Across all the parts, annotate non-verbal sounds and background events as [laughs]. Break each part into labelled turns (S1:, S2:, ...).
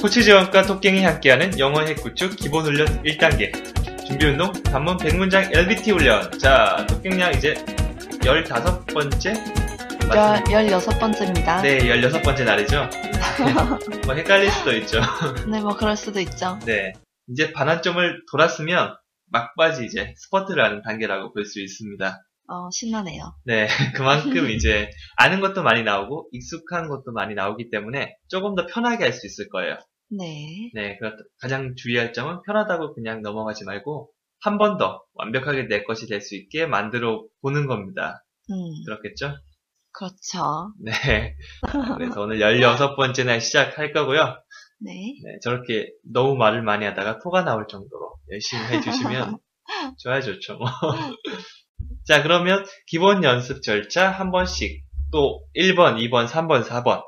S1: 코치지원과 톡갱이 함께하는 영어 핵구축 기본 훈련 1단계 준비운동 단문 100문장 LBT 훈련 자 톡갱량 이제 15번째
S2: 열,
S1: 맞습니다
S2: 16번째입니다.
S1: 네 16번째 날이죠 뭐 헷갈릴 수도 있죠
S2: 네, 뭐 그럴 수도 있죠.
S1: 네 이제 반환점을 돌았으면 막바지 이제 스퍼트를 하는 단계라고 볼 수 있습니다
S2: 어, 신나네요.
S1: 네, [laughs] 그만큼 이제 아는 것도 많이 나오고 익숙한 것도 많이 나오기 때문에 조금 더 편하게 할 수 있을 거예요.
S2: 네.
S1: 네, 그렇- 가장 주의할 점은 편하다고 그냥 넘어가지 말고 한 번 더 완벽하게 내 것이 될 수 있게 만들어 보는 겁니다.
S2: 음,
S1: 그렇겠죠?
S2: 그렇죠.
S1: 네. 그래서 오늘 16번째 날 시작할 거고요.
S2: 네.
S1: 네, 저렇게 너무 말을 많이 하다가 토가 나올 정도로 열심히
S2: [laughs]
S1: 해주시면 좋아야 좋죠. 뭐. [laughs] 자, 그러면 기본 연습 절차 한 번씩 또 1번, 2번, 3번, 4번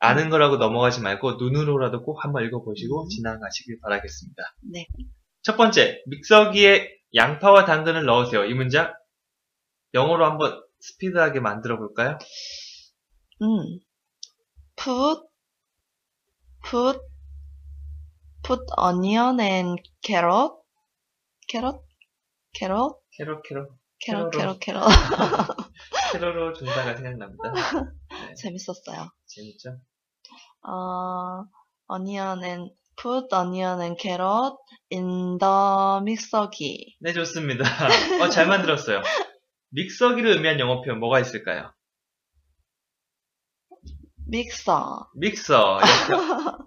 S1: 아는 거라고 넘어가지 말고 눈으로라도 꼭 한번 읽어보시고
S2: 음.
S1: 지나가시길 바라겠습니다.
S2: 네.
S1: 첫 번째, 믹서기에 양파와 당근을 넣으세요. 이 문장 영어로 한번 스피드하게 만들어 볼까요?
S2: 음. Put, put, put onion and carrot, carrot, carrot,
S1: 캐럿 캐럿
S2: carrot,
S1: 캐럿으로.
S2: carrot,
S1: [laughs]
S2: carrot.
S1: 캐럿으로 준다가 생각납니다. 네,
S2: 재밌었어요.
S1: 재밌죠?
S2: 어, onion and put onion and carrot in the 믹서기.
S1: 네, 좋습니다. 어, 잘 만들었어요. 믹서기를 의미한 영어 표현 뭐가 있을까요?
S2: 믹서.
S1: 믹서. 이렇게.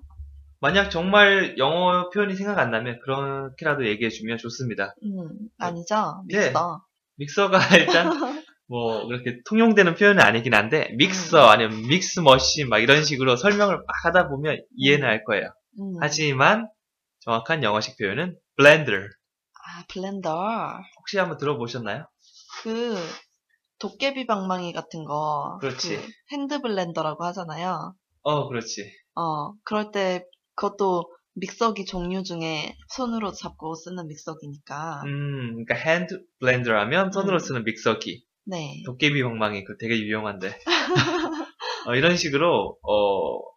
S1: 만약 정말 영어 표현이 생각 안 나면 그렇게라도 얘기해주면 좋습니다.
S2: 음, 아니죠?
S1: 네.
S2: 믹서.
S1: 믹서가 [laughs] 일단 뭐 그렇게 통용되는 표현은 아니긴 한데 믹서 아니면 믹스 머신 막 이런 식으로 설명을 막 하다 보면 이해는 할 거예요.
S2: 음.
S1: 하지만 정확한 영어식 표현은 blender.
S2: 아, 블렌더.
S1: 혹시 한번 들어보셨나요?
S2: 그 도깨비 방망이 같은 거.
S1: 그렇지.
S2: 그 핸드 블렌더라고 하잖아요.
S1: 어, 그렇지.
S2: 어, 그럴 때 그것도 믹서기 종류 중에 손으로 잡고 쓰는 믹서기니까.
S1: 음, 그러니까 hand blender 하면 손으로
S2: 음.
S1: 쓰는 믹서기.
S2: 네.
S1: 도깨비 방망이 그 되게 유용한데 [laughs] 어, 이런 식으로 어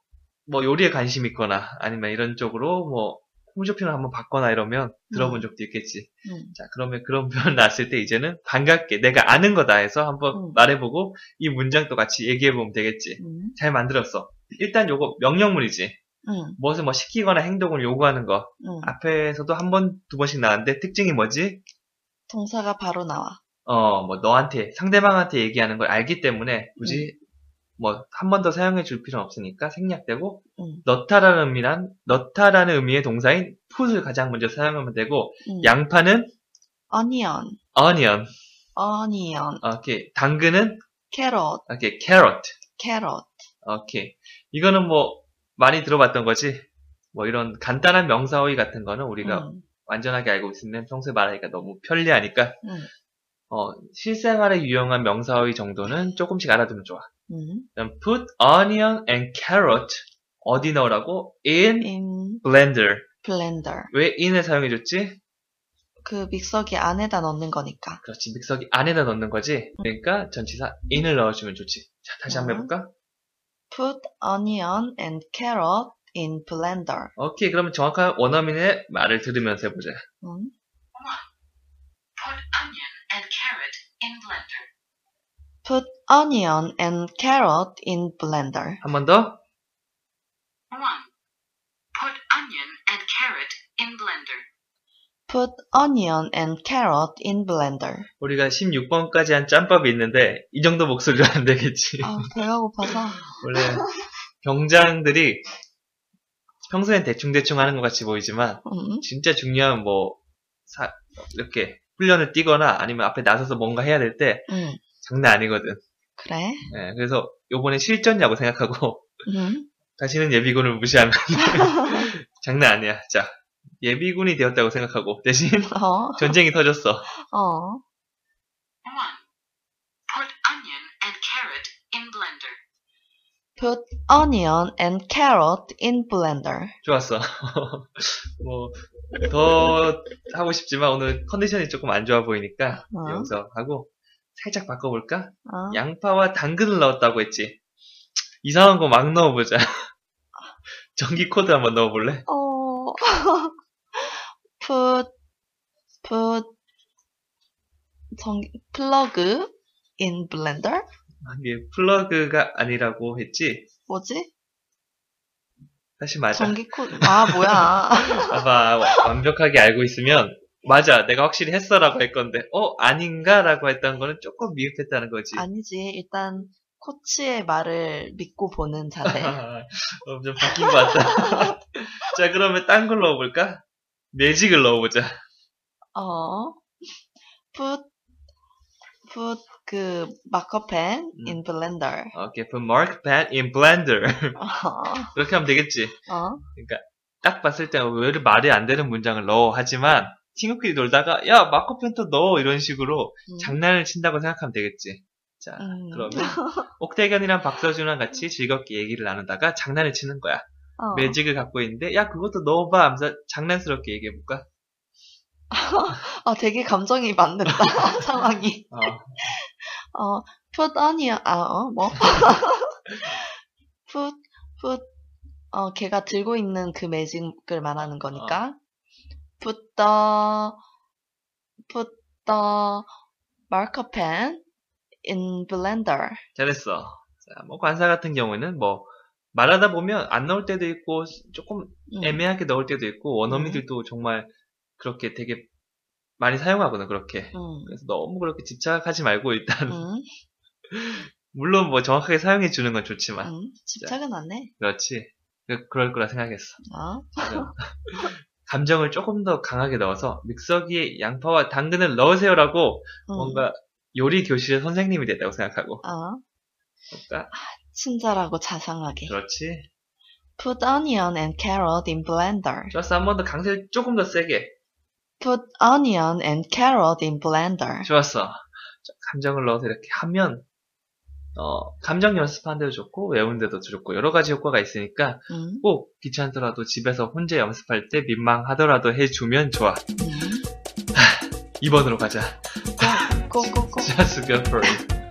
S1: 뭐 요리에 관심 있거나 아니면 이런 쪽으로 뭐 홈쇼핑을 한번 봤거나 이러면 들어본
S2: 음.
S1: 적도 있겠지.
S2: 음,
S1: 자 그러면 그런 [laughs] 표현 나왔을 때 이제는 반갑게 내가 아는 거다 해서 한번
S2: 음.
S1: 말해보고 이 문장도 같이 얘기해보면 되겠지.
S2: 음,
S1: 잘 만들었어. 일단 요거 명령문이지.
S2: 음,
S1: 무엇을 뭐 시키거나 행동을 요구하는 거.
S2: 음.
S1: 앞에서도 한 번, 두 번씩 나왔는데 특징이 뭐지?
S2: 동사가 바로 나와.
S1: 어, 뭐, 너한테, 상대방한테 얘기하는 걸 알기 때문에
S2: 음.
S1: 굳이 뭐, 한 번 더 사용해 줄 필요는 없으니까 생략되고,
S2: 음.
S1: 넣다라는 의미란, 넣다라는 의미의 동사인 put을 가장 먼저 사용하면 되고,
S2: 음.
S1: 양파는
S2: onion,
S1: onion,
S2: onion,
S1: 어, 이렇게, 당근은
S2: carrot,
S1: 이렇게 carrot,
S2: carrot.
S1: 이렇게. 이거는 뭐, 많이 들어봤던 거지. 뭐 이런 간단한 명사어휘 같은 거는 우리가
S2: 음,
S1: 완전하게 알고 있으면 평소에 말하기가 너무 편리하니까
S2: 음,
S1: 어, 실생활에 유용한 명사어휘 정도는 조금씩 알아두면 좋아.
S2: 음.
S1: 그럼 put onion and carrot 어디 넣으라고? in
S2: in
S1: blender.
S2: blender.
S1: 왜 in을 사용해줬지?
S2: 그 믹서기 안에다 넣는 거니까.
S1: 그렇지. 믹서기 안에다 넣는 거지. 그러니까 전치사 in을 넣어주면 좋지. 자, 다시 한번
S2: 음.
S1: 해볼까?
S2: Put onion and carrot in blender.
S1: 오케이. 그러면 정확한 원어민의 말을 들으면서 해보자.
S2: 음.
S3: Put onion and carrot in blender.
S2: Put onion and carrot in blender.
S1: 한 번 더.
S3: 1. Put onion and carrot in blender.
S2: Put onion and carrot in blender.
S1: 우리가 16번까지 한 짬밥이 있는데 이 정도 목소리로 안 되겠지.
S2: 아, 배가 고파서.
S1: 원래 경장들이 평소엔 대충대충 하는 것 같이 보이지만
S2: 음.
S1: 진짜 중요한 뭐 사- 이렇게 훈련을 뛰거나 아니면 앞에 나서서 뭔가 해야 될 때
S2: 음.
S1: 장난 아니거든.
S2: 그래.
S1: 예, 그래서 요번에 실전이라고 생각하고 [laughs]
S2: 음.
S1: 다시는 예비군을 무시하면 [laughs] 장난 아니야. 자 예비군이 되었다고 생각하고 대신 [laughs]
S2: 어.
S1: 전쟁이 터졌어.
S2: 어.
S3: 1. Put onion and carrot in blender.
S2: Put onion and carrot in blender.
S1: 좋았어. [laughs] 뭐 더 하고 싶지만 오늘 컨디션이 조금 안 좋아 보이니까
S2: 어.
S1: 여기서 하고 살짝 바꿔볼까?
S2: 어.
S1: 양파와 당근을 넣었다고 했지. 이상한 거 막 넣어보자. [laughs] 전기 코드 한번 넣어볼래?
S2: 어, [laughs] put, put, 전, 플러그 in blender?
S1: 아, 이게 플러그가 아니라고 했지?
S2: 뭐지?
S1: 사실 맞아.
S2: 전기 코드,
S1: [laughs]
S2: 아, 뭐야.
S1: 아마 와- 완벽하게 알고 있으면 맞아, 내가 확실히 했어라고 할 건데, 어 아닌가라고 했던 거는 조금 미흡했다는 거지.
S2: 아니지. 일단, 코치의 말을 믿고 보는
S1: [laughs]
S2: 자세.
S1: 어, 좀 바뀐 것 같다. [laughs] 자, 그러면 딴 걸 넣어볼까? 매직을 넣어보자.
S2: 어, put, put 그, 마커펜
S1: 음. [laughs]
S2: in blender.
S1: 오케이, put mark pen in blender. [laughs]
S2: 어,
S1: 그렇게 하면 되겠지.
S2: 어,
S1: 딱 봤을 때 왜 말이 안 되는 문장을 넣어 하지만 친구끼리 놀다가 야 마커펜 또 넣어 이런 식으로
S2: 음,
S1: 장난을 친다고 생각하면 되겠지. 자,
S2: 음.
S1: 그러면 옥대견이랑 박서준이랑 같이 즐겁게 얘기를 나누다가 장난을 치는 거야.
S2: 어.
S1: 매직을 갖고 있는데 야 그것도 넣어봐 하면서 장난스럽게 얘기해볼까?
S2: 아, 되게 감정이 맞는다, [laughs] 상황이.
S1: 어,
S2: 어, put onion, 아,
S1: [laughs]
S2: 어, 뭐? put, put, 어, 걔가 들고 있는 그 매직을 말하는
S1: 어.
S2: 거니까. put the, put the marker pen in blender.
S1: 잘했어. 자, 뭐 관사 같은 경우에는 뭐 말하다 보면 안 넣을 때도 있고 조금
S2: 음,
S1: 애매하게 넣을 때도 있고 원어민들도 정말 그렇게 되게 많이 사용하거든 그렇게.
S2: 음,
S1: 그래서 너무 그렇게 집착하지 말고 일단
S2: 음,
S1: [laughs] 물론 뭐 정확하게 사용해 주는 건 좋지만
S2: 음, 집착은 안 해.
S1: 그렇지 그- 그럴 거라 생각했어
S2: 어,
S1: 그래서 감정을 조금 더 강하게 넣어서 믹서기에 양파와 당근을 넣으세요라고
S2: 음,
S1: 뭔가 요리 교실의 선생님이 됐다고 생각하고
S2: 어,
S1: 그러니까
S2: 친절하고 자상하게.
S1: 네. 그렇지
S2: put onion and carrot in blender.
S1: 좋았어 한 번 더 강세를 조금 더 세게
S2: put onion and carrot in blender.
S1: 좋았어 자, 감정을 넣어서 이렇게 하면 어, 감정 연습하는 데도 좋고 외우는 데도 좋고 여러 가지 효과가 있으니까
S2: 음,
S1: 꼭 귀찮더라도 집에서 혼자 연습할 때 민망하더라도 해주면 좋아.
S2: 음.
S1: 2번으로 가자.
S2: 고고고.
S1: Just go for it.